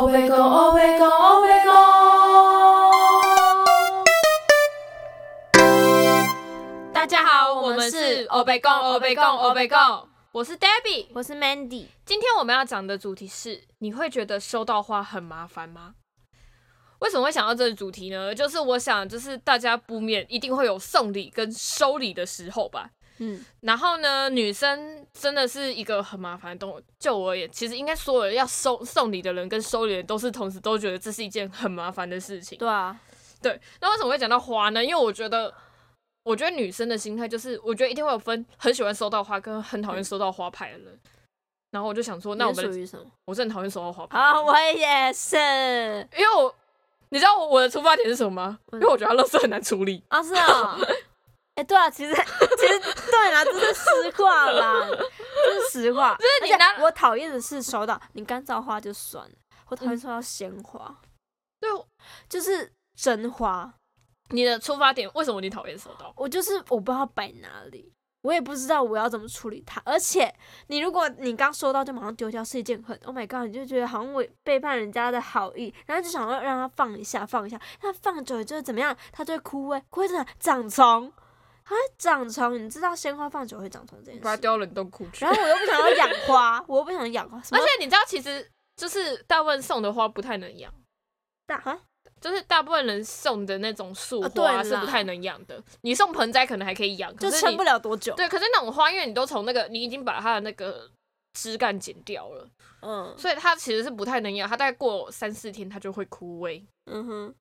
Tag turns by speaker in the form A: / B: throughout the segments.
A: 会讲，我会讲，我会讲。
B: 大家好，我们是哦欧贝贡，
C: 哦
B: 欧贝贡，欧贝贡。我是 Debbie，
C: 我是 Mandy，
B: 哦今天我们要讲的主题是：你会觉得收到花很麻烦吗？为什么会想到这个主题呢？就是我想，就是大家不免一定会有送礼跟收礼的时候吧。
C: 嗯，
B: 然后呢，女生真的是一个很麻烦的动物。就我而言，其实应该所有人要收送礼的人跟收礼的人都是同时都觉得这是一件很麻烦的事情。
C: 对啊，
B: 对，那为什么会讲到花呢？因为我觉得，我觉得女生的心态就是，我觉得一定会有分很喜欢收到花跟很讨厌收到花牌的人。然后我就想说，那我
C: 嗯你是属
B: 们
C: 于什么？
B: 我是很讨厌收到花牌的人，
C: 啊，我也是
B: 因为我你知道我的出发点是什么吗？因为我觉得垃圾很难处理。
C: 啊，是啊、哎、对啊，其实其实对啦，这是实话啦，这是 实话。
B: 是你
C: 而且
B: 拿
C: 我讨厌的是收到你干燥花就算了，我讨厌收到鲜花，
B: 对，
C: 就是真花，
B: 你的出发点为什么你讨厌收到？
C: 我就是我不知道摆哪里。我也不知道我要怎么处理它，而且你如果你刚收到就马上丢掉是一件很 Oh my God，你就觉得好像我背叛人家的好意，然后就想要让它放一下放一下，那放久了就会怎么样？它就会枯萎，枯萎怎么样长虫？它会长虫，你知道鲜花放久会长虫这件
B: 把它
C: 事。
B: 丢到冷冻库去。
C: 然后我又不想要养花，我又不想养花，什
B: 而
C: 么
B: 且你知道，其实就是大部分送的花不太能养，
C: 大啊？
B: 就是大部分人送的那种树
C: 啊对
B: 花
C: 啦
B: 是不太能养的。你送盆栽可能还可以养，可
C: 就是撑
B: 你
C: 不了多久。
B: 对，可是那种花，因为你都从那个，你已经把它的那个枝干剪掉了，
C: 嗯
B: 所以它其实是不太能养，它大概过三四天它就会枯萎。
C: 嗯哼，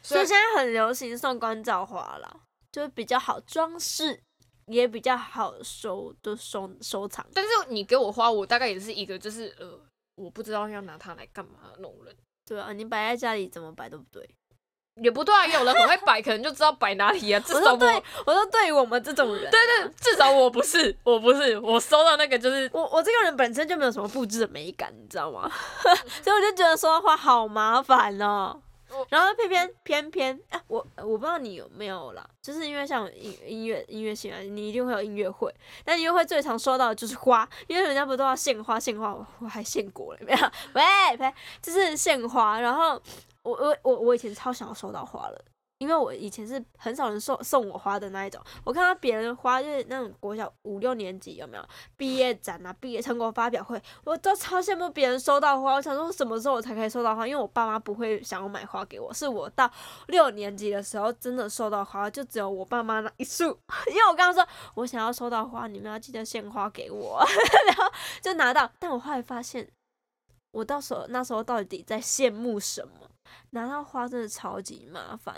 B: 所
C: 所以
B: 以
C: 现在很流行送干燥花啦，就是比较好装饰，也比较好收的收收藏。
B: 但是你给我花，我大概也是一个就是呃，我不知道要拿它来干嘛的那种人。
C: 对啊，你摆在家里怎么摆都不对。
B: 也不对啊，有人很会摆，可能就知道摆哪里啊。至
C: 我
B: 少我，
C: 说对，我说对于我们这种人啊、
B: 对对，至少我不是，我不是，我收到那个就是
C: 我我这个人本身就没有什么布置的美感，你知道吗？ 所以我就觉得说话好麻烦哦
B: 我。
C: 然后偏偏偏偏，啊、我我不知道你有没有啦，就是因为像音音乐音乐系啊，你一定会有音乐会，但音乐会最常收到的就是花，因为人家不都要献花献花，我我还献果 了没有？喂呸，就是献花。然后我我我我以前超想要收到花了。因为我以前是很少人送送我花的那一种，我看到别人的花就是那种国小五六年级有没有？毕业展啊、毕业成果发表会，我都超羡慕别人收到花。我想说，什么时候我才可以收到花？因为我爸妈不会想要买花给我，是我到六年级的时候真的收到花，就只有我爸妈那一束。 因为我刚刚说我想要收到花，你们要记得献花给我， 然后就拿到。但我后来发现，我到时候那时候到底在羡慕什么？拿到花真的超级麻烦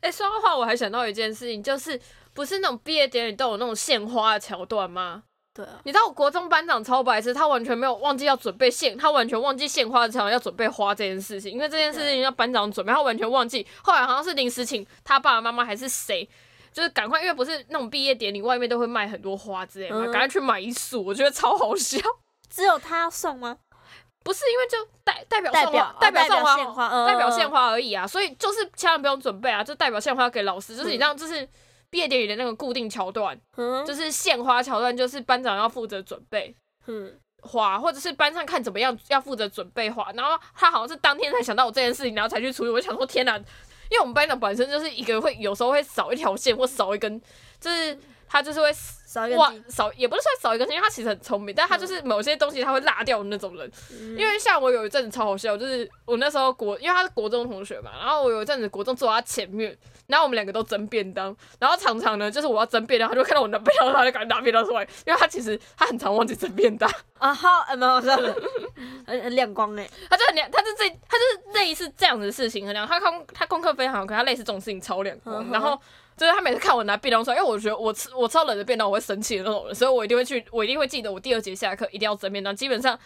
C: 哎、
B: 哎、说到花，我还想到一件事情，就是不是那种毕业典礼都有那种献花的桥段吗？
C: 对啊，
B: 你知道我国中班长超白痴，他完全没有忘记要准备献，他完全忘记献花的时候要准备花这件事情，因为这件事情要班长准备，他完全忘记。后来好像是临时请他爸爸妈妈还是谁，就是赶快，因为不是那种毕业典礼外面都会卖很多花之类的嘛，
C: 嗯
B: 赶、快去买一束，我觉得超好笑。
C: 只有他要送吗？
B: 不是因为就代代表
C: 代
B: 送
C: 表
B: 花
C: 哦，
B: 代表
C: 代表
B: 送花
C: 献花
B: 哦，
C: 嗯
B: 代表
C: 嗯
B: 献花而已啊，所以就是千万不用准备啊，就代表献花给老师，就是你
C: 嗯
B: 知道，就是毕业典礼的那个固定桥段，
C: 嗯，
B: 就是献花桥段，就是班长要负责准备。
C: 嗯，
B: 花，或者是班上看怎么样要负责准备花。然后他好像是当天才想到我这件事情，然后才去处理。我就想说天哪，因为我们班长本身就是一个会有时候会少一条线或少一根，就是他就是会
C: 少一个
B: 哇
C: 字
B: 少也不是算少一根线，因为他其实很聪明，但他就是某些东西他会落掉的那种人。
C: 嗯
B: 因为像我有一阵子超好笑，就是我那时候国，因为他是国中同学嘛，然后我有一阵子国中坐他前面，然后我们两个都争便当，然后常常呢，就是我要争便当，他就看到我拿便当，他就赶紧拿便当出来，因为他其实他很常忘记争便当。
C: 啊好，呃没有，没有没有很很亮光哎、
B: 他就很凉，他就这，他就是类似这样子的事情很凉。他功他功课非常好，可他类似这种事情超凉光。
C: 嗯哼
B: 然后就是他每次看我拿便当出来，因为我觉得我吃我超冷的便当我会生气的那种人，所以我一定会去，我一定会记得我第二节下课一定要蒸便当。基本上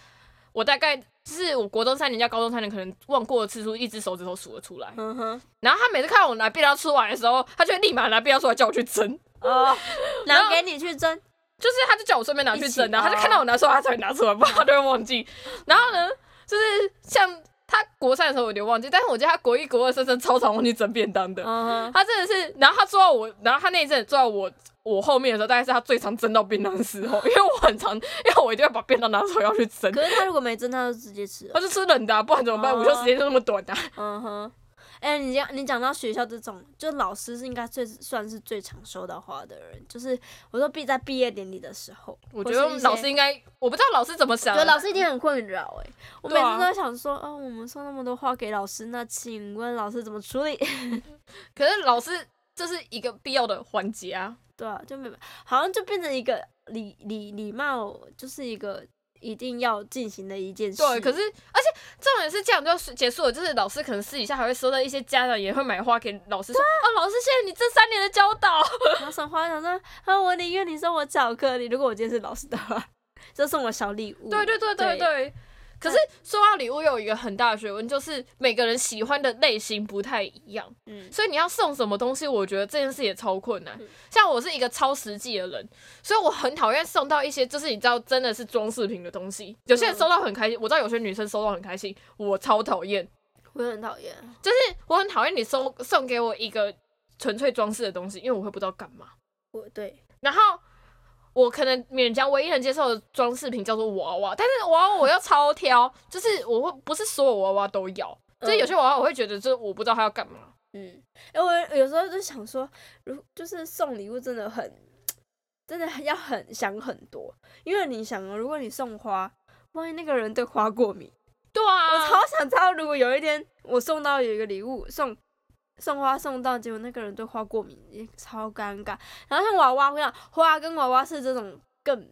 B: 我大概就是我国中三年加高中三年，可能忘过的次数一只手指头数得出来。
C: 嗯哼，
B: 然后他每次看到我拿便当出来的时候，他就会立马拿便当出来叫我去蒸。
C: 哦，
B: 然
C: 拿
B: 后
C: 给你去蒸，
B: 就是他就叫我顺便拿去整的，
C: 一起哦
B: 他就看到我拿出来，他才拿出来，不然他都会忘记。然后呢，就是像他国三的时候我有点忘记，但是我记得他国一、国二真的超常忘记蒸便当的。
C: 嗯哼，
B: 他真的是，然后他坐到我，然后他那一阵坐到我我后面的时候，大概是他最常蒸到便当的时候，因为我很常，因为我一定要把便当拿出来要去蒸，
C: 可是他如果没蒸，他就直接吃 了。
B: 他就吃冷的、啊，不然怎么办？
C: 哦
B: 午休时间就那么短啊。
C: 嗯哼，哎、你讲你讲到学校这种，就老师是应该最算是最常收到花的人，就是我说毕在毕业典礼的时候，
B: 我觉得老师应该，我不知道老师怎么
C: 我
B: 想啊
C: 觉
B: 的，
C: 得老师一定很困扰哎、我每
B: 对啊
C: 次都在想说，哦，我们送那么多花给老师，那请问老师怎么处理？
B: 可是老师这是一个必要的环节啊。
C: 对啊，就没好像就变成一个礼礼礼貌，就是一个一定要进行的一件事。
B: 对，可是而且重点是这样就结束了，就是老师可能私底下还会收到一些家长也会买花给老师
C: 啊
B: 说，哦，老师谢谢你这三年的教 导。
C: 然后送花，想说啊，我宁愿你送我巧克力，如果我今天是老师的话，就送我小礼物。
B: 对对对对
C: 对
B: 对。可是说到礼物，又有一个很大的学问，就是每个人喜欢的类型不太一样，
C: 嗯，
B: 所以你要送什么东西，我觉得这件事也超困难
C: 嗯。
B: 像我是一个超实际的人，所以我很讨厌送到一些就是你知道真的是装饰品的东西。有
C: 嗯
B: 些人收到很开心，我知道有些女生收到很开心，我超讨厌，
C: 我也很讨厌。
B: 就是我很讨厌你送送给我一个纯粹装饰的东西，因为我会不知道干嘛。
C: 我对，
B: 然后我可能勉强唯一能接受的装饰品叫做娃娃，但是娃娃我又超挑，就是我会不是所有娃娃都要，就是有些娃娃我会觉得就是我不知道它要干嘛。
C: 嗯，哎、我有时候就想说，如就是送礼物真的很，真的要很想很多，因为你想，哦，如果你送花，万一那个人对花过敏，
B: 对
C: 我
B: 啊，
C: 超想知道，如果有一天我送到有一个礼物送。送花送到，结果那个人对花过敏，也超尴尬。然后像娃娃，我想花跟娃娃是这种更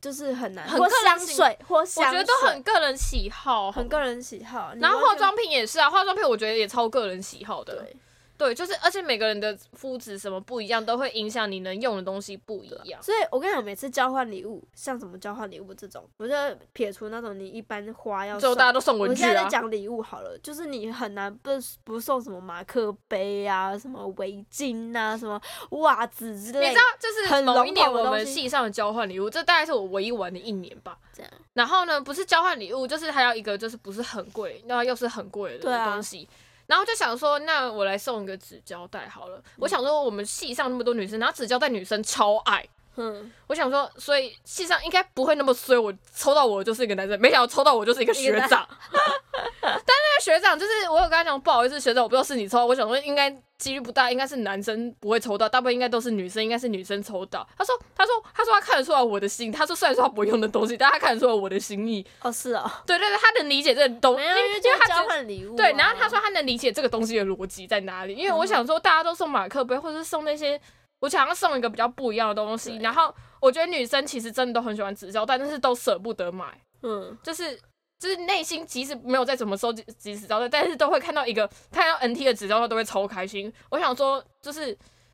C: 就是很难，
B: 很
C: 或
B: 个人
C: 香
B: 型
C: 水或
B: 我
C: 香
B: 觉
C: 水，
B: 得都很个人喜好，
C: 很个。人喜好。你
B: 然后
C: 完
B: 化
C: 全
B: 妆品也是啊，化妆品我觉得也超个人喜好的。
C: 对，
B: 对，就是而且每个人的肤质什么不一样，都会影响你能用的东西不一样。
C: 所以我跟你讲，每次交换礼物，像什么交换礼物这种，我就撇除那种你一般花要
B: 最后
C: 送
B: 大。家都送
C: 啊我
B: 文具
C: 现在
B: 啊
C: 在，讲礼物好了，就是你很难不不送什么马克杯啊、什么围巾啊、什么袜子之
B: 你
C: 类
B: 知
C: 的
B: 道，，就是
C: 很
B: 某一
C: 笼
B: 年
C: 统的
B: 我
C: 东
B: 们
C: 西
B: 系上的交换礼物，这大概是我唯一玩的一年吧。
C: 这样
B: 然后呢，不是交换礼物，就是还有一个就是不是很贵，那又是很贵
C: 对
B: 的
C: 啊
B: 东西。然后就想说，那我来送一个纸胶带好了。
C: 嗯
B: 我想说，我们系上那么多女生，然后纸胶带女生超爱。
C: 嗯，
B: 我想说，所以系上应该不会那么衰。我抽到我就是一个男生，没想到抽到我就是一个学
C: 一个
B: 长。 但那个学长就是我有跟他讲，不好意思，学长，我不知道是你抽到。我想说，应该几率不大，应该是男生不会抽到，大部分应该都是女生，应该是女生抽到。他说，他说，他说他看得出来我的心，他说虽然说他不会用的东西，但他看得出来我的心意。
C: 哦是哦，
B: 对对对，他能理解这个东，
C: 没
B: 因
C: 有，
B: 为
C: 因为
B: 因
C: 就
B: 为
C: 是
B: 他
C: 交
B: 觉得。
C: 换礼物啊、嗯
B: 对，然后他说他能理解这个东西的逻辑在哪里，因为我想说大家都送马克杯，或者是送那些，我想要送一个比较不一样的东西。
C: 对
B: 然后我觉得女生其实真的都很喜欢纸胶带，但是都舍不得买，
C: 嗯，
B: 就是就是内心即使没有再怎么收集集纸胶带，但是都会看到一个看到 NT 的纸胶带都会超开心。我想说，就是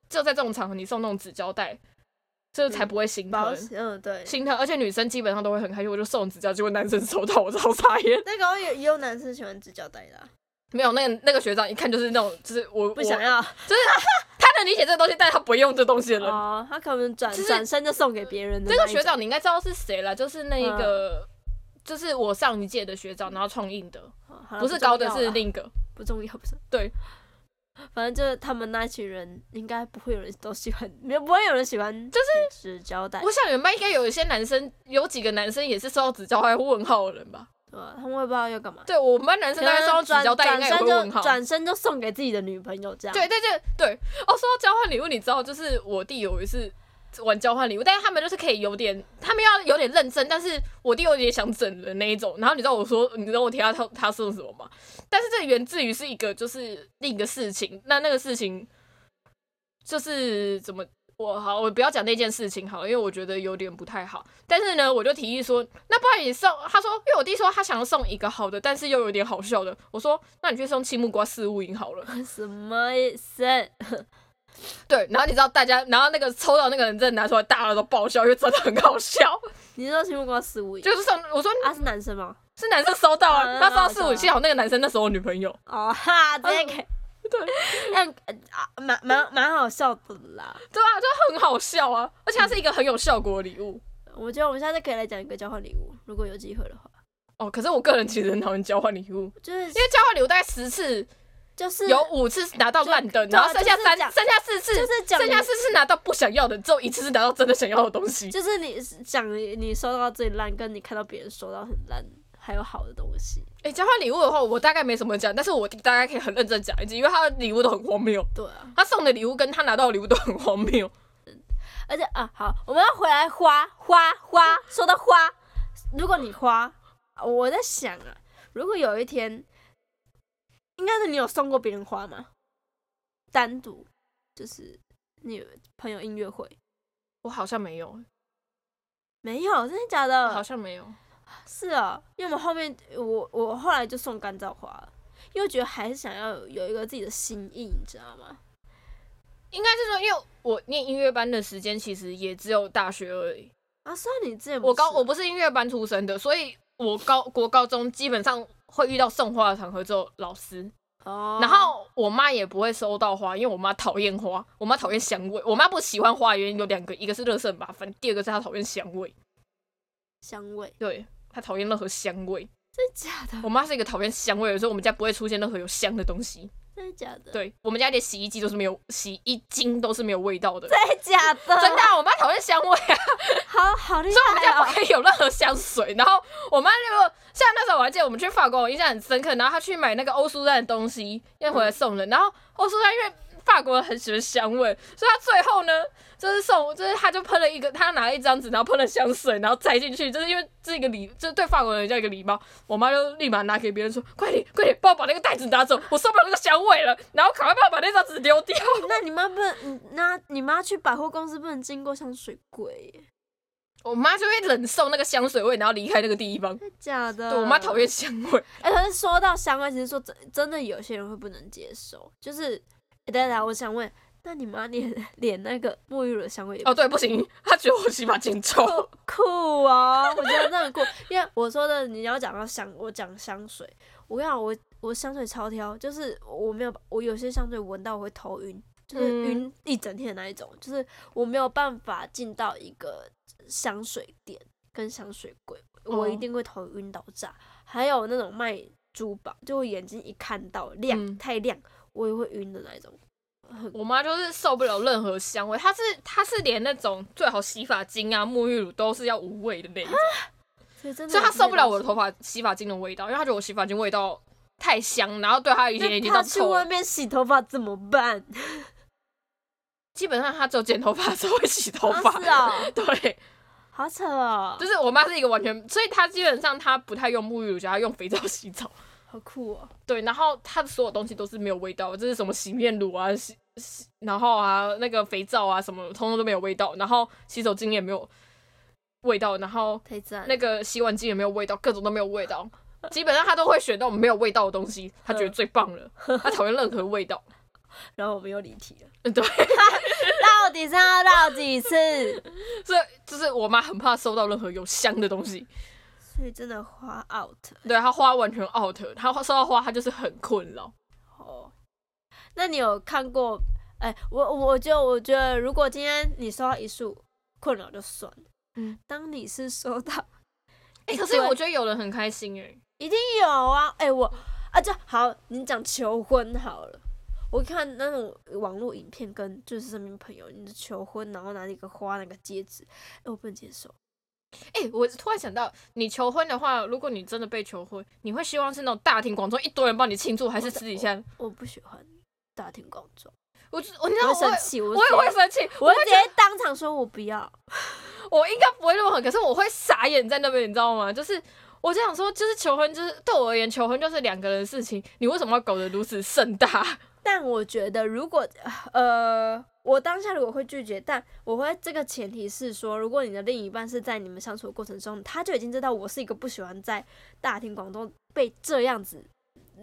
B: 就在这种场合你送那种纸胶带，这才不会心
C: 保
B: 疼。
C: 险嗯对，
B: 心疼，而且女生基本上都会很开心。我就送纸胶，结果男生收到，我超傻眼。
C: 那个也也有男生喜欢纸胶带的啊、
B: 没有，那个那个学长一看就是那种，就是我
C: 不想
B: 我
C: 要
B: 他能理解这个东西，但是他不会用这东西的人。
C: 哦，他可能转
B: 就是
C: 转身就送给别人的
B: 这
C: 那
B: 个
C: 一
B: 学
C: 种嗯
B: 长你应该知道是谁了，就是那一个，就是我上一届的学长，然后创印的，
C: 哦好啦
B: 不是高的，
C: 重要
B: 是
C: 啦
B: 另一个。
C: 不重要，不是
B: 对。
C: 反正就是他们那群人，应该不会有人都喜欢，没有不会有人喜欢，就是纸胶带，
B: 我想你们班应该有一些男生，有几个男生也是收到纸胶带会问号的人吧？
C: 对吧？他们会不知道要干嘛，
B: 对我们班男生大概收到纸胶带应
C: 转
B: 该也会
C: 身
B: 问
C: 就
B: 号。
C: 转身就送给自己的女朋友这样。
B: 对对对对，哦，说到交换礼物，你知道，就是我弟有一次玩交换礼物，但是他们就是可以有点，他们要有点认真，但是我弟有点想整人那一种。然后你知道我说，你知道我提到他他说什么吗？但是这源自于是一个就是另一个事情，那那个事情就是怎么？我好，我不要讲那件事情好了，因为我觉得有点不太好。但是呢，我就提议说，那不然你送？他说，因为我弟说他想要送一个好的，但是又有点好笑的。我说，那你去送青木瓜四物饮好了。
C: 什么意思？
B: 对，然后你知道大家，然后那个抽到那个人真的拿出来，大家都爆笑，因为真的很好笑。
C: 你知道青木瓜十五
B: 就是送我说
C: 啊，是男生吗？
B: 是男生收到啊，
C: 嗯
B: 然后收到
C: 嗯
B: 四五，
C: 嗯
B: 幸好那个男生那时候我女朋友，
C: 哦哈，这
B: 嗯
C: 个给 对，但呃啊，蛮蛮蛮好笑的啦。
B: 对啊，就很好笑啊，而且它是一个很有效果的礼物。
C: 我觉得我们下次可以来讲一个交换礼物，如果有机会的话。
B: 哦，可是我个人其实很讨厌交换礼物，
C: 就是
B: 因为交换礼物大概十次
C: 就是
B: 有五次是拿到烂的，
C: 就
B: 然后剩下
C: 对
B: 三
C: 啊就是讲
B: 剩下四次，
C: 就是讲
B: 剩下四次拿到不想要的，只有一次是拿到真的想要的东 西。
C: 就是你讲你你收到最烂，跟你看到别人收到很烂，还有好的东西，
B: 哎、交换礼物的话，我大概没什么讲，但是我大概可以很认真讲一次，因为他的礼物都很荒谬，
C: 对啊，
B: 他送的礼物跟他拿到的礼物都很荒谬。
C: 而且啊，好，我们要回来花花花，说到花，如果你花，我在想啊，如果有一天，应该是你有送过别人花吗？单独就是你朋友音乐会
B: 我好像没有，
C: 没有？真的假
B: 我
C: 的？
B: 好像没有。
C: 是啊，因为我们后面我我后来就送干燥花了，因为我觉得还是想要有有一个自己的心意，你知道吗？
B: 应该是说，因为我念音乐班的时间其实也只有大学而已。
C: 啊，虽然你之前不
B: 我高
C: 是
B: 我不是音乐班出身的，所以我高国高中基本上会遇到送花的场合只有老师，
C: 哦，
B: 然后我妈也不会收到花，因为我妈讨厌花，我妈讨厌香味。我妈不喜欢花的原因有两个，一个是热很麻烦，第二个是她讨厌香味。
C: 香味，
B: 对，她讨厌任何香味。
C: 真的假的？
B: 我妈是一个讨厌香味的人，所以我们家不会出现任何有香的东西。
C: 真的假的？，
B: 对我们家连洗衣机都是没有，洗衣精都是没有味道的。
C: 真的假的？
B: 真的啊、我妈讨厌香味啊。
C: 好好厉
B: 所以我们
C: 害
B: 家
C: 哦！
B: 不可以有任何香水。然后我妈就像那时候我还记得我们去法国，我印象很深刻。然后她去买那个欧舒丹的东西，要回来送人。然后欧舒丹因为法国人很喜欢香味，所以她最后呢就是送，就是她就喷了一个，她拿了一张纸，然后喷了香水，然后塞进去，就是因为这个礼，就是对法国人叫一个礼貌。我妈就立马拿给别人说：“快点，快点，帮我把那个袋子拿走，我受不了那个香味了。”然后赶快帮我把那张纸丢掉。
C: 那你妈不能，你那你妈去百货公司不能经过香水柜耶，
B: 我妈就会忍受那个香水味，然后离开那个地方。
C: 真的假的？
B: 对我妈讨厌香味。
C: 哎、可是说到香味，其实说真真的，有些人会不能接受。就是，哎、等等，我想问，那你妈 连连那个沐浴乳的香味也
B: 哦，对，不行，他觉得我洗发精 臭。
C: 酷酷哦，我觉得真的很酷。 因为我说的你要讲到香，我讲香水，我跟你讲，我我香水超挑，就是我没有，我有些香水闻到我会头晕，就是
B: 嗯
C: 晕一整天的那一种，就是我没有办法进到一个香水店跟香水柜，我一
B: 哦
C: 定会头晕到炸。还有那种卖珠宝，就我眼睛一看到亮、
B: 嗯
C: 太亮，我也会晕的那一种。
B: 我妈就是受不了任何香味，她是她是连那种最好洗发精啊、沐浴乳都是要无味的那一种，
C: 所以真的，
B: 所以她受不了我的头。发洗发精的味道，因为她觉得我洗发精味道太香，然后对她以前已
C: 那
B: 经
C: 他
B: 到
C: 去
B: 臭
C: 外
B: 了。
C: 面洗头发怎么办？
B: 基本上她只有剪头发的时候会洗头
C: 啊
B: 发，
C: 是啊
B: 对，
C: 好扯哦，
B: 就是我妈是一个完全，所以她基本上她不太用沐浴乳，只要用肥皂洗澡。
C: 好酷哦！
B: 对，然后它的所有东西都是没有味道的，就是什么洗面乳啊、洗洗，然后啊那个肥皂啊什么，通通都没有味道，然后洗手巾也没有味道，然后
C: 太赞
B: 那个洗碗巾也没有味道，各种都没有味道。基本上他都会选那种没有味道的东西，他觉得最棒了，他讨厌任何味道。
C: 然后我们又离题了，
B: 嗯，对，
C: 到底是要绕几 次？
B: 所以就是我妈很怕收到任何有香的东西，
C: 所以真的花 out
B: 对她花完全 out，她收到花她就是很困扰。
C: 哦。那你有看过？哎、我我就我觉得，如果今天你收到一束困扰就算了，
B: 嗯，
C: 当你是收到
B: 哎、
C: 一
B: 可是
C: 堆
B: 我觉得有人很开心哎、
C: 一定有啊！哎、我啊，就好，你讲求婚好了。我看那种网络影片，跟就是身边朋友，你的求婚，然后拿一个花，拿个戒指，哎、我不能接受。
B: 哎、我突然想到，你求婚的话，如果你真的被求婚，你会希望是那种大庭广众一堆人帮你庆祝，还是私底下？
C: 我不喜欢大庭广众，
B: 我就我你知
C: 我
B: 道
C: 会
B: 我会
C: 生气，我
B: 我
C: 会直
B: 也
C: 接
B: 会生气，
C: 我会直接当场说我不要。
B: 我应该不会那么狠，可是我会傻眼在那边，你知道吗？就是我就想说，就是求婚，就是对我而言，求婚就是两个人的事情，你为什么要搞得如此盛大？
C: 但我觉得如果呃，我当下如果会拒绝，但我会这个前提是说，如果你的另一半是在你们相处的过程中，他就已经知道我是一个不喜欢在大庭广众被这样子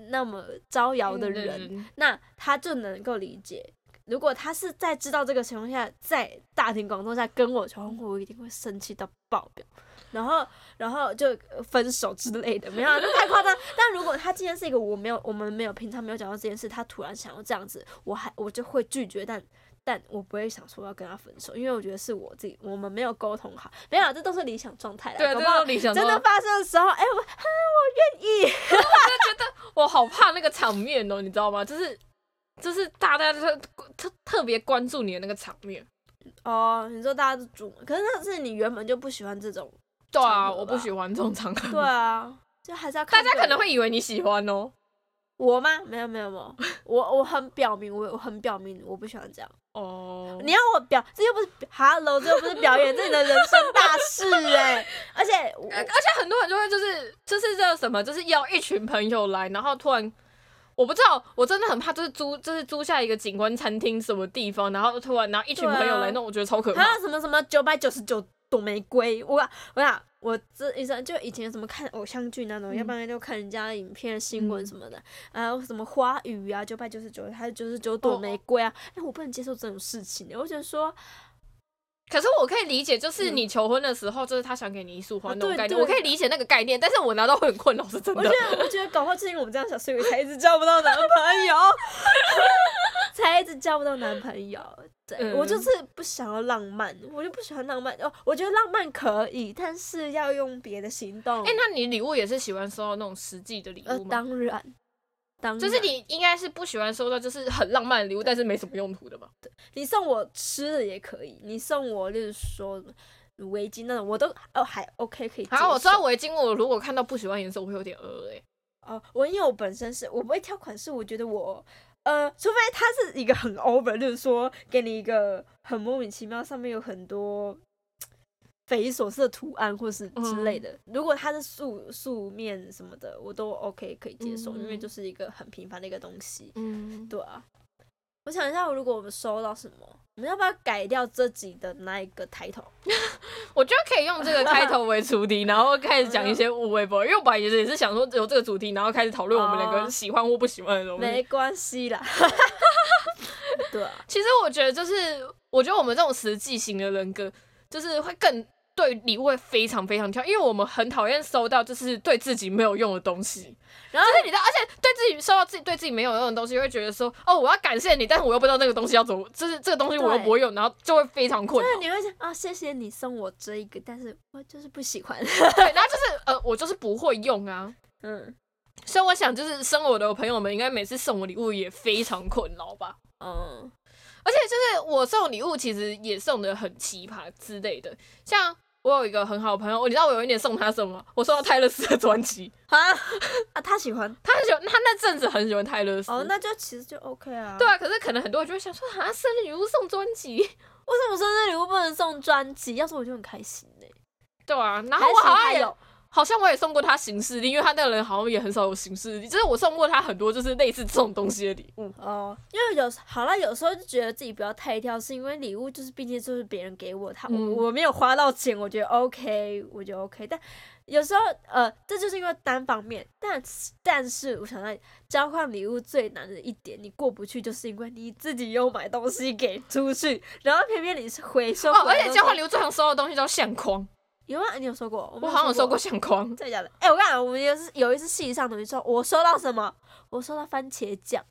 C: 那么招摇
B: 嗯
C: 的人，那他就能够理解。如果他是在知道这个情况下，在大庭广众下跟我求婚，我一定会生气到爆表，然后然后就呃分手之类的，没有、啊，那太 夸张。但如果他今天是一个我没有我们没有平常没有讲到这件事，他突然想要这样子，我还我就会拒绝，但但我不会想说要跟他分手，因为我觉得是我自己，我们没有沟通好。没有，这都是理想状态啦。
B: 对，啊
C: 搞
B: 这
C: 不好
B: 种理想
C: 真的
B: 中，
C: 发生的时候，哎、我哈，我愿意。
B: 我好怕那个场面哦，你知道吗？就是就是大家就是特特别关注你的那个场面。
C: 哦，你说大家是主，可是那是你原本就不喜欢这种。
B: 对
C: 场
B: 啊，
C: 合吧
B: 我不喜欢这种场合。
C: 对啊，就还是要
B: 大
C: 看
B: 家
C: 个
B: 可能
C: 人
B: 会以为你喜欢哦。
C: 我吗？没有没有没有，我我很表明，我我很表明我不喜欢这样。
B: 哦，
C: 你要我表，这又不是 Hello，这又不是表演，这是你的人生大事哎、而且我
B: 而且很多人就会就是就是这个什么，就是要一群朋友来，然后突然我不知道，我真的很怕，就是租就是租下一个景观餐厅什么地方，然后突然然后一群
C: 对啊
B: 朋友来，那我觉得超可怕
C: 还。有什么什么九百九十九朵玫瑰，我啊我想我这一生就以前什么看偶像剧那种，
B: 嗯
C: 要不然就看人家影片、新闻
B: 嗯
C: 什么的，还有什么花语啊，九百九十九，还有九十九朵
B: 哦
C: 玫瑰啊，哎、我不能接受这种事情，欸我觉得说，
B: 可是我可以理解，就是
C: 嗯
B: 你求婚的时候，就是他想给你一束花
C: 啊
B: 那种
C: 对
B: 概念，
C: 对
B: 我可以理解那个概念，但是我拿到会很困扰，是真
C: 我
B: 的
C: 觉。得我觉得搞不好就是因为我们这样小碎才一直交不到男 朋友，才一直交不到男朋友。对、
B: 嗯
C: 我就是不想要浪漫，我就不喜欢浪漫。哦，我觉得浪漫可以，但是要用别的行动。
B: 哎、那你礼物也是喜欢收到那种实际的礼
C: 呃
B: 物，吗？
C: 当然，当然，
B: 就是你应该是不喜欢收到就是很浪漫的礼物，但是没什么用途的吧？
C: 你送我吃的也可以，你送我就是说围巾那种，我都哦还 OK 可以接受。
B: 好，我收到围巾，我如果看到不喜欢颜色，我会有点呃哎、
C: 哦，我因为我本身是我不会挑款式，我觉得我呃，除非它是一个很 over，就是说给你一个很莫名其妙，上面有很多匪夷所思的图案或是之类的。如果它是素素面什么的，我都 OK 可以接受，因为
B: 嗯
C: 就是一个很平凡的一个东西。
B: 嗯，
C: 对啊，我想一下，如果我们收到什么，我们要不要改掉这集的那一个抬头？
B: 我觉得可以用这个开头为主 题，然后开始讲一些无微博，因为我本来也是也是想说有这个主题，然后开始讨论我们两个
C: 哦
B: 喜欢或不喜欢的东
C: 没
B: 西。
C: 关系啦。 对啊，
B: 其实我觉得就是，我觉得我们这种实际型的人格，就是会更对礼物会非常非常挑，因为我们很讨厌收到就是对自己没有用的东西。
C: 然后
B: 就是你的，而且对自己收到自己对自己没有用的东西，会觉得说，哦，我要感谢你，但是我又不知道那个东西要怎么，就是这个东西我又
C: 对
B: 不会用，然后就会非常困
C: 就是
B: 扰。
C: 你会想啊、谢谢你送我这一个，但是我就是不喜 欢。
B: 对，然后就是呃，我就是不会用啊。
C: 嗯，
B: 所以我想，就是生我的朋友们，应该每次送我礼物也非常困扰吧。
C: 嗯，
B: 而且就是我送礼物，其实也送的很奇葩之类的。像我有一个很好的朋友，你知道我有一年送他什么吗？我送他泰勒斯的专辑，
C: 啊 啊，他喜欢
B: 他很喜欢，他那阵子很喜欢泰勒斯。
C: 哦，那就其实就 OK 啊。
B: 对，啊，可是可能很多人就会想说，啊，生日礼物送专辑。
C: 为什么生日礼物不能送专辑？要是我就很开心呢、
B: 对啊，然
C: 然
B: 后我好像
C: 还
B: 也
C: 有
B: 好像我也送过他行事历，因为他那个人好像也很少有行事历，就是我送过他很多就是类似这种东西的礼物。
C: 哦，因为有好了，有时候就觉得自己不要太挑，是因为礼物就是毕竟就是别人给我，他、
B: 嗯
C: 我我没有花到钱，我觉得 OK，我觉得 OK。但有时候呃，这就是因为单方面，但是但是我想到交换礼物最难的一点，你过不去，就是因为你自己又买东西给出去，然后偏偏你是回收
B: 哦，而且交换
C: 礼
B: 礼物最常收到的东西叫相框，
C: 有啊，你有收过？我没
B: 我好像有收过
C: 过。
B: 相框。
C: 真的假的？哎、我跟你讲，我们有一次有一次戏上等于说，我收到什么？我收到番茄酱，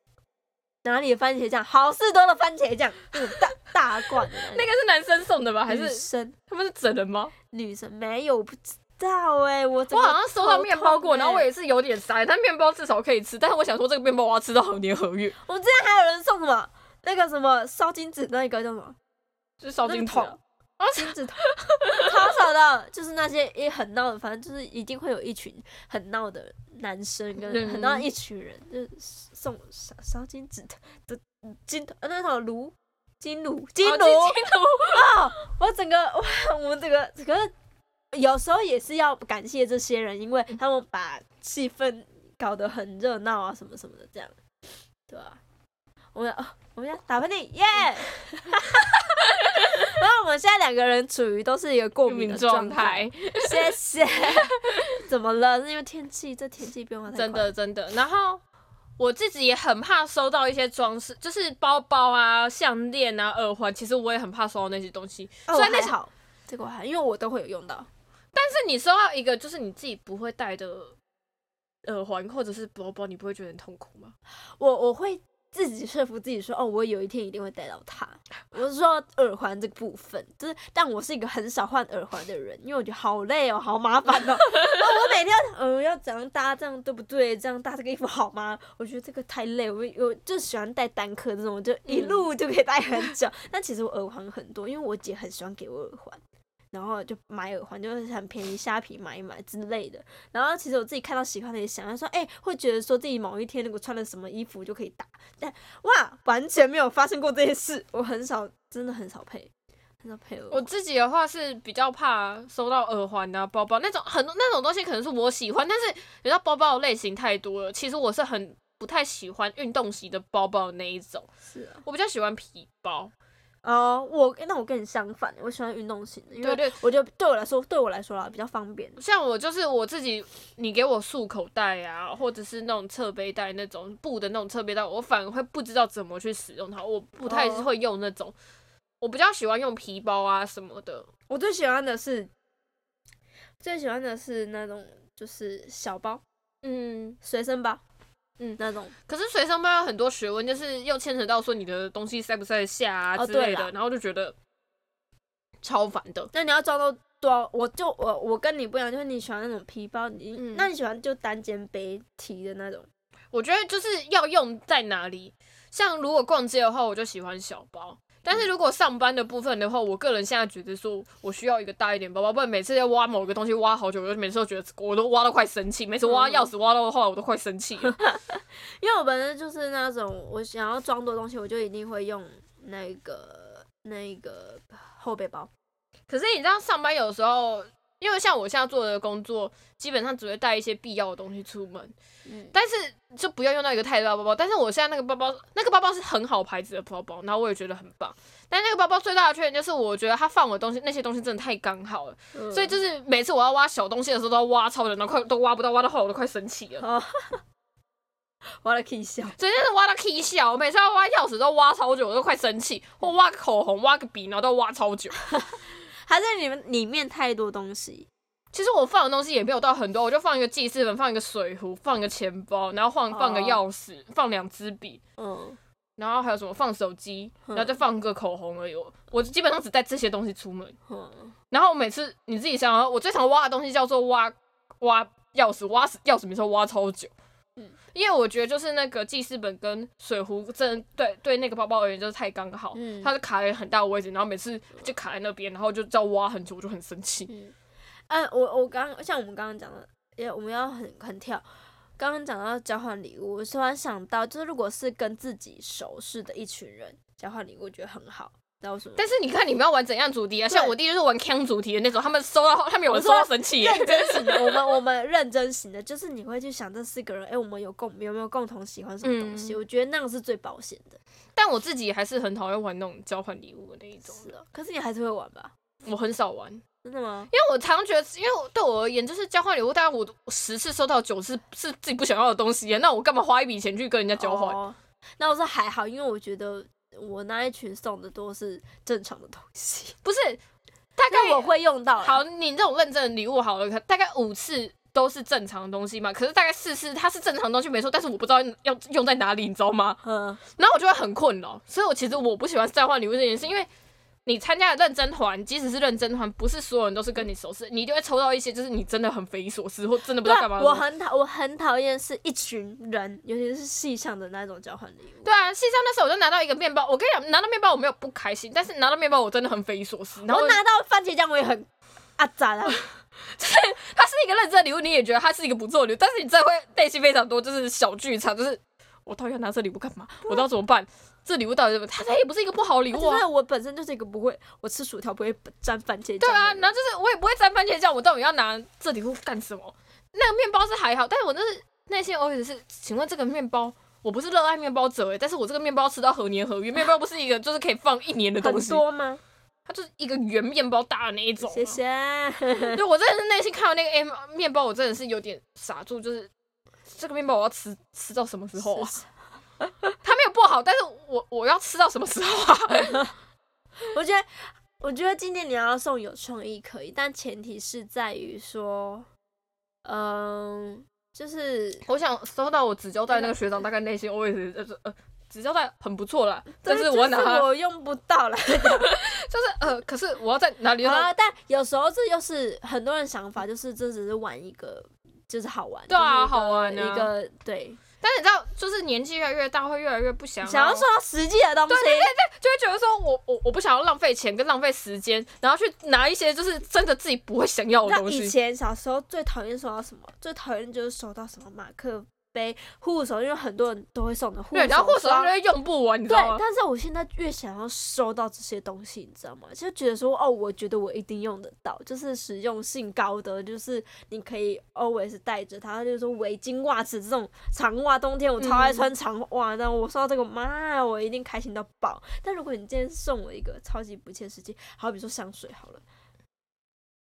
C: 哪里的番茄酱？好事多的番茄酱，那种大大罐的
B: 那个是男生送的吧？还
C: 女
B: 是
C: 生
B: 他们是整人吗？
C: 女生没有，我不知道哎、我
B: 我好像收到面包过，然
C: 哎
B: 后我也是有点塞，但面包至少可以吃。但是我想说，这个面包我要吃到何年何月，
C: 我们之前还有人送什么？那个什么烧金纸那一个叫什么？
B: 就是烧金啊桶
C: 那个。桶 金纸桶，超少的，就是那些也很闹的，反正就是一定会有一群很闹的男生跟
B: 嗯
C: 很闹的一群人，就是送烧烧金纸的的金头呃那种炉金炉金
B: 哦
C: 炉，
B: 金炉，
C: 我整个 哇，我们整个整个有时候也是要感谢这些人，因为
B: 嗯
C: 他们把气氛搞得很热闹啊，什么什么的这样，对啊？我们要、哦我们要打喷嚏， 耶！然后我们现在两个人处于都是一个过
B: 过
C: 敏的
B: 敏
C: 状
B: 状
C: 态，
B: 态，
C: 谢谢。怎么了？是因为天气，这天气变化太快
B: 真的真的。然后我自己也很怕收到一些装饰，就是包包啊、项链啊、耳环，其实我也很怕收到那些东西。虽
C: 哦，所以
B: 然那
C: 那
B: 些
C: 好，这个我还因为我都会有用到。
B: 但是你收到一个就是你自己不会戴的耳环或者是包包，你不会觉得很痛苦吗？
C: 我我会自己说服自己说，哦，我有一天一定会带到它。我是说耳环这个部分，就是，但我是一个很少换耳环的人，因为我觉得好累哦，好麻烦哦。 我每天要，嗯，要怎样搭，这样对不对？这样搭这个衣服好吗？我觉得这个太累，我我就喜欢戴单颗这种，我就一路就可以戴很久。但其实我耳环很多，因为我姐很喜欢给我耳环，然后就买耳环，就是很便宜，虾皮买一买之类的。然后其实我自己看到喜欢的也想要说，哎、会觉得说自己某一天如果穿了什么衣服就可以打，但哇，完全没有发生过这些事，我很少，真的很少配， 很少配耳
B: 我
C: 环。
B: 自己的话是比较怕收到耳环啊、包包那种很多那种东西，可能是我喜欢，但是你知道包包的类型太多了，其实我是很不太喜欢运动型的包包那一种，
C: 是啊，
B: 我比较喜欢皮包。
C: 哦、我那我跟你相反，我喜欢运动型的，因
B: 对
C: 为
B: 对，
C: 我觉得对我来说，对我来说啦比较方便。
B: 像我就是我自己，你给我束口袋啊，或者是那种侧背带那种布的那种侧背带，我反而会不知道怎么去使用它，我不太
C: 哦
B: 会用那种。我比较喜欢用皮包啊什么的，
C: 我最喜欢的是，最喜欢的是那种就是小包、
B: 嗯，
C: 随身包，
B: 嗯
C: 那种。
B: 可是随身包有很多学问，就是又牵扯到说你的东西塞不塞得下啊
C: 哦
B: 之类
C: 对
B: 的，
C: 啦
B: 然后就觉得超烦的。
C: 那你要装到多少？我就我我跟你不一样，就是你喜欢那种皮包，你、
B: 嗯
C: 那你喜欢就单肩背提的那种。
B: 我觉得就是要用在哪里，像如果逛街的话，我就喜欢小包。但是如果上班的部分的话，我个人现在觉得说，我需要一个大一点包包，不然每次要挖某个东西挖好久，我就每次都觉得我都挖到快生气，每次挖
C: 嗯
B: 钥匙挖到的话，我都快生气了。
C: 因为我本身就是那种我想要装多东西，我就一定会用那个那个后背包。
B: 可是你知道，上班有时候，因为像我现在做的工作，基本上只会带一些必要的东西出门，
C: 嗯，
B: 但是就不要用到一个太大的包包。但是我现在那个包包，那个包包是很好牌子的包包，然后我也觉得很棒。但那个包包最大的缺点就是，我觉得它放我的东西，那些东西真的太刚好了，
C: 嗯
B: 所以就是每次我要挖小东西的时候，都要挖超久，然后快都挖不到，挖到后来我都快生气了。
C: 哦，我的 K 笑。
B: 所以真的是挖到 K 笑，我每次要挖钥匙都挖超久，我都快生气。或挖口红、挖个笔，然后都挖超久。
C: 还是你们里面太多东西，
B: 其实我放的东西也没有到很多，我就放一个记事本，放一个水壶，放一个钱包，然后放放个钥匙，放两支笔，
C: 嗯，
B: 然后还有什么放手机，
C: 嗯
B: 然后再放个口红而已。我我基本上只带这些东西出门。
C: 嗯
B: 然后每次你自己想啊想，我最常挖的东西叫做挖挖钥匙，挖钥匙没错，挖超久。
C: 嗯
B: 因为我觉得就是那个记事本跟水壶，真的对对那个包包而言就是太刚好，
C: 嗯
B: 它是卡在很大的位置，然后每次就卡在那边，然后就叫挖很久，我就很生气。
C: 嗯，哎、我我刚像我们刚刚讲的，也我们要很很跳。刚刚讲到交换礼物，我突然想到，就是如果是跟自己熟识的一群人交换礼物，我觉得很好。知道为什么吗？
B: 但是你看，你们要玩怎样主题啊？
C: 对
B: 像我弟就是玩 k 主题的那种，他们收到，他们有人收到生气耶。
C: 认真型的，我们我们认真型的，就是你会去想这四个人，哎、我们有共有没有共同喜欢什么东西？
B: 嗯
C: 我觉得那样是最保险的。
B: 但我自己还是很讨厌玩那种交换礼物的那一种，
C: 是哦，可是你还是会玩吧？
B: 我很少玩，因
C: 真的吗？
B: 为我常觉得，因为我对我而言，就是交换礼物，大概我十次收到九次是自己不想要的东西耶，那我干嘛花一笔钱去跟人家交换？
C: 哦那我说还好，因为我觉得我那一群送的都是正常的东西，
B: 不是，大
C: 但
B: 概
C: 我会用到啦。
B: 好，你这种认真的礼物好了，可大概五次。都是正常的东西嘛，可是大概四次它是正常的东西没错，但是我不知道要用在哪里，你知道吗？
C: 嗯，
B: 然后我就会很困扰，所以我其实我不喜欢交换礼物这件事，因为你参加的认真团，即使是认真团，不是所有人都是跟你熟识，你就会抽到一些就是你真的很匪夷所思或真的不知
C: 对
B: 道
C: 啊
B: 干嘛的
C: 我
B: 东西。
C: 很讨我很讨厌是一群人，尤其是系上的那种交换礼物。
B: 对啊，实际上那时候我就拿到一个面包，我跟你讲，拿到面包我没有不开心，但是拿到面包我真的很匪夷所思。然后
C: 我拿到番茄酱我也很啊咋啦？
B: 它是一个认真的礼物，你也觉得它是一个不错的礼物，但是你真的会内心非常多就是小剧场，就是我到底要拿这礼物干嘛？我到底怎么办？这礼物到底怎么？它它也不是一个不好的礼物
C: 就
B: 啊
C: 是。我本身就是一个不会，我吃薯条不会沾番茄酱的人。
B: 对啊，然后就是我也不会沾番茄酱，我到底要拿这礼物干什么？那个面包是还好，但是我就是内心 always 是，请问这个面包，我不是热爱面包者诶、欸但是我这个面包吃到何年何月？面包不是一个就是可以放一年的东
C: 很
B: 西，
C: 多吗？
B: 它就是一个圆面包大的那一种、啊。
C: 谢谢。
B: 对我真的是内心看到那个 M 面包，我真的是有点傻住，就是这个面包我要吃吃到什么时 候啊？
C: 是
B: 它没有不好，但是我我要吃到什么时候啊？
C: 我觉得，我觉得今年你要送有创意可以，但前提是在于说，嗯，就是
B: 我想收到我纸胶带那个学长，大概内心 always 就是呃，纸胶带很不错啦，
C: 对
B: 但是我要拿
C: 就
B: 它
C: 我用不到啦。
B: 就是呃，可是我要在哪里用
C: 好
B: 到？
C: 了，但有时候这又是很多人想法，就是这只是玩一个，就是好玩。
B: 对啊
C: 就是一个
B: 好玩啊
C: 一个对，
B: 但是你知道，就是年纪越来越大，会越来越不想
C: 想要
B: 要
C: 说到实际的东西，
B: 就会觉得说我我我不想要浪费钱跟浪费时间，然后去拿一些就是真的自己不会想要的
C: 那
B: 东
C: 以
B: 西。
C: 前小时候最讨厌收到什么？最讨厌就是收到什么马克杯、护手，因为很多人都会送的护手
B: 对，然后护手
C: 霜啊
B: 霜就会用不完，你知
C: 对
B: 道，吗？
C: 但是我现在越想要收到这些东西，你知道吗？就觉得说，哦，我觉得我一定用得到，就是实用性高的，就是你可以 always 带着它，就是说围巾、袜子这种长袜，冬天我超
B: 嗯
C: 爱穿长袜，那、我收到这个，妈呀，我一定开心到爆。但如果你今天送我一个超级不切实际，好比说香水好了。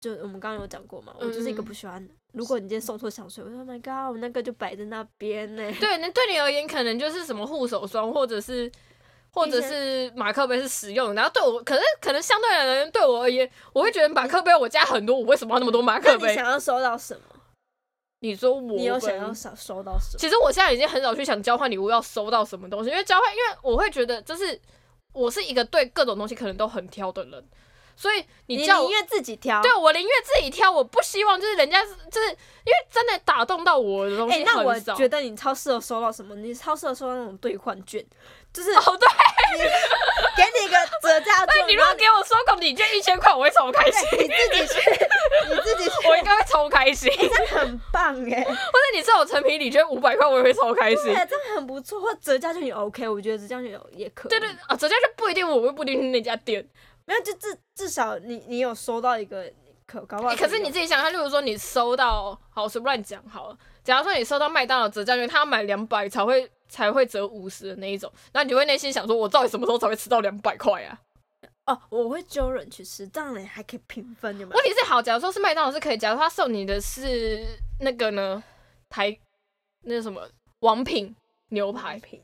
C: 就我们刚刚有讲过嘛，我就是一个
B: 嗯
C: 不喜欢。如果你今天送错香水，我说 Oh my god，我那个就摆在那边呢、
B: 对，那对你而言可能就是什么护手霜，或者是或者
C: 一些
B: 是马克杯是实用的。然后对我，可是可能相对而言，对我而言，我会觉得马克杯我家很多，我为什么要那么多马
C: 那
B: 克
C: 你
B: 杯？
C: 想要收到什么？
B: 你说我
C: 你有
B: 本
C: 想要收收到什么？
B: 其实我现在已经很少去想交换礼物要收到什么东西，因为交换，因为我会觉得就是我是一个对各种东西可能都很挑的人，所以你
C: 你
B: 叫我
C: 宁愿自己挑。
B: 对我宁愿自己挑，我不希望就是人家是就是因为真的打动到我的东
C: 哎、
B: 西
C: 那我
B: 很少。
C: 觉得你超适合收到什么？你超适合收到那种兑换券，就是
B: 哦对，
C: 给你一个折 价券，
B: 你如果
C: 然后哎
B: 给我收个礼券一千块，我会超开心，
C: 你自己 去，你自己去，
B: 我应该会超开心。 或
C: 这很棒哎、
B: 者你送我成品礼券五百块，我也会超开心
C: 对。啊，这样很不错。或折价券也 OK，我觉得折价券也也可以。
B: 对对啊，折价就不一定，我会不一定去那家店。
C: 没有就至至少你你有收到一个可搞不好
B: 欸
C: 有、
B: 可是你自己想想，例如说你收到，好，我随便乱讲好了。假如说你收到麦当劳折价券，他要买两百才会才会折五十的那一种，然后你就会内心想说，我到底什么时候才会吃到两百块啊？
C: 哦，我会揪人去吃，这样你还可以平分，有没有
B: 问？题是，好，假如说是麦当劳是可以，假如他送你的是那个呢台那个什么王品牛排，
C: 品，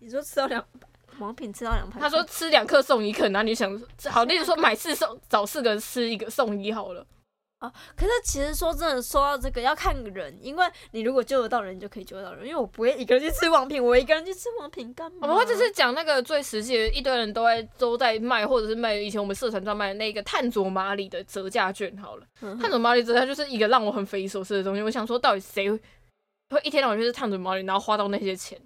C: 你说吃到两百，王品吃到两百，
B: 他说吃两克送一克，然后你就想好，例如说买四送找四个人吃一个送一好了。
C: 可是其实说真的，说到这个要看人，因为你如果救得到人，你就可以救得到人。因为我不会一个人去吃王品，我一个人去吃王品干嘛？
B: 我们会只是讲那个最实际的，一堆人都在都在卖，或者是卖以前我们社团专卖的那个碳佐马里的折价券好了。
C: 嗯
B: 碳佐马里折价就是一个让我很匪夷所思的东西，我想说到底谁会会一天到晚就是碳佐马里，然后花到那些钱？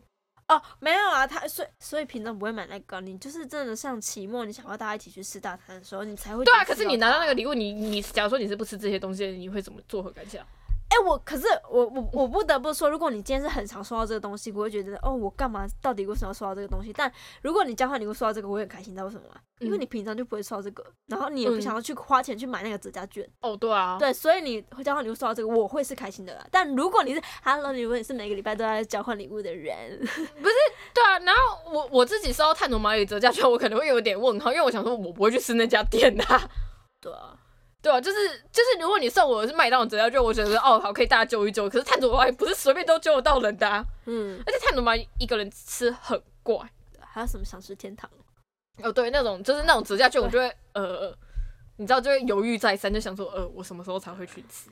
C: 哦，没有啊，他所以所以平常不会买那个，你就是真的像期末你想要大家一起去吃大餐的时候，你才会
B: 对啊，
C: 去吃
B: 可是你拿
C: 它
B: 到那个礼物，你你假如说你是不吃这些东西的，你会怎么作何感想？
C: 哎、我可是我我我不得不说，如果你今天是很常收到这个东西，我会觉得哦，我干嘛？到底为什么要收到这个东西？但如果你交换礼物收到这个，我会很开心，你知道为什么吗？因为
B: 嗯
C: 你平常就不会收到这个，然后你也不
B: 嗯
C: 想要去花钱去买那个折价券。
B: 哦，对啊，
C: 对，所以你交换礼物收到这个，我会是开心的啦。但如果你是 Hello，如果你是每个礼拜都在交换礼物的人，
B: 对啊。然后我我自己收到碳佐马里折价券，我可能会有点问号，因为我想说我不会去吃那家店的、啊。
C: 对啊，
B: 对啊，就是就是，如果你送我的是麦当劳折价券，我觉得哦好，可以大家揪一揪。可是碳佐麻也不是随便都揪得到人的、啊，
C: 嗯，
B: 而且碳佐麻一个人吃很怪。
C: 还有什么想吃天堂？
B: 哦，对，那种就是那种折价券，我就会呃，你知道就会犹豫再三，就想说呃，我什么时候才会去吃？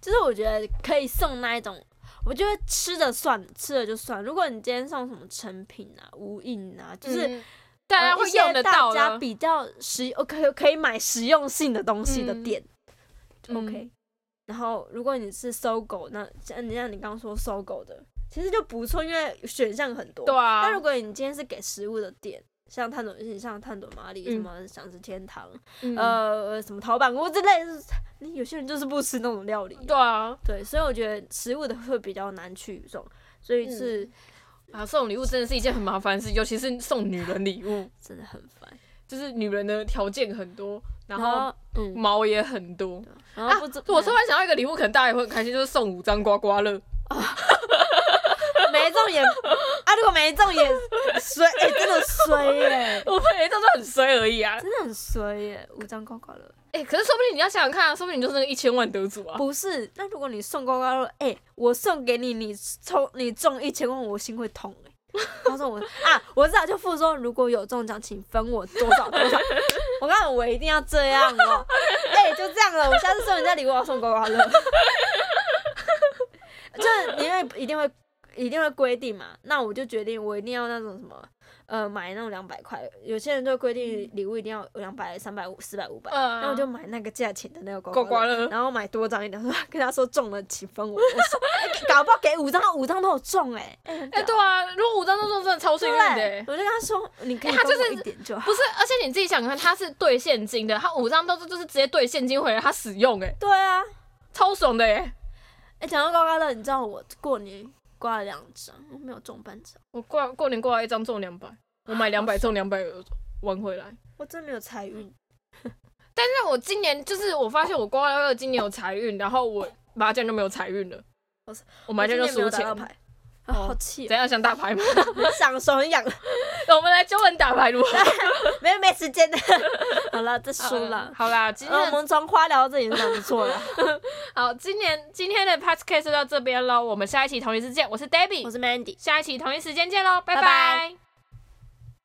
C: 就是我觉得可以送那一种，我觉得吃的算了，吃了就算。如果你今天送什么成品啊、无印啊，就、
B: 就是是、嗯大家
C: 呃
B: 会
C: 一些
B: 用得到
C: 大家
B: 的。
C: 比较实，呃可可以买实用性的东西的
B: 嗯
C: 店、
B: 嗯
C: o k 然后如果你是搜狗，那像你像你刚刚说搜狗的，其实就不错，因为选项很多。
B: 对啊，
C: 但如果你今天是给食物的店，像探索，像探索马里、
B: 嗯
C: 什么想吃天堂，
B: 嗯、
C: 呃，什么陶板屋之类的，你有些人就是不吃那种料理。
B: 对啊，
C: 对，所以我觉得食物的会比较难去中，所以
B: 嗯
C: 是、
B: 啊，送礼物真的是一件很麻烦的事，尤其是送女人礼物，
C: 真的很烦。
B: 就是女人的条件很多，然
C: 然
B: 后
C: 后，嗯，
B: 毛也很多。
C: 然
B: 啊
C: 后不知、！
B: 我突然想到一个礼物，可能大家也会很开心，就是送五张刮刮乐。
C: 嗯没中也啊，如果没中也 衰，哎、真的衰耶、
B: 我朋友就是很衰而已啊。
C: 真的很衰耶、五张刮刮乐。
B: 哎、可是说不定你要想想看啊，说不定你就是那个一千万得主啊。
C: 不是，那如果你送刮刮乐，哎、我送给你，你抽你中一千万，我心会痛哎、他说我啊，我知道就附说，如果有中奖，请分我多少多少。我告诉你，我一定要这样哦、哎、就这样了，我下 次送人家礼物，我要送刮刮乐。就是你会一定会一定会规定嘛，那我就决定我一定要那种什么，呃，买那种两百块，有些人就规定礼物一定要两百、三百五、四百、五百，
B: 嗯
C: 那我就买那个价钱的那个刮
B: 刮刮
C: 乐，
B: 乐，
C: 然后买多张一点，说跟他说中了请分我，我手哎搞不好给五张，五张都有中哎、哎很
B: 哎、
C: 屌
B: 对啊，如果五张都中，真的超幸
C: 对
B: 运
C: 不
B: 的、
C: 对，我就跟他说，你可以
B: 哎他就
C: 分我
B: 是
C: 一点就好。
B: 不是，而且你自己想想看，他是兑现金的，他五张都是就是直接兑现金回来他使用、哎，
C: 对啊，
B: 超爽的耶、
C: 哎，讲到刮刮乐，你知道我过年刮了两张，我没有中半张，
B: 我过过年过来一张中两百，我买两百中两百玩回来。
C: 我真没有财运。
B: 但是我今年就是我发现我刮刮乐今年有财运，然后我麻将就没有财运了
C: 我操。
B: 我麻将就
C: 我今年
B: 输
C: 没有打
B: 钱哦
C: 到。牌，啊，好气、
B: 怎样想打牌吗？
C: 哦，很 想手很痒，
B: 我们来教人打牌如何？
C: 没有没时间 的。好了，这输了。
B: 好啦，今
C: 那我
B: 天的
C: 们从花聊到这里是蛮不错的。
B: 好，今年今天的 podcast 就到这边喽，我们下一期同一时间见，我是 Debbie，
C: 我是 Mandy。
B: 下一期同一时间见喽，拜
C: 拜拜
B: 拜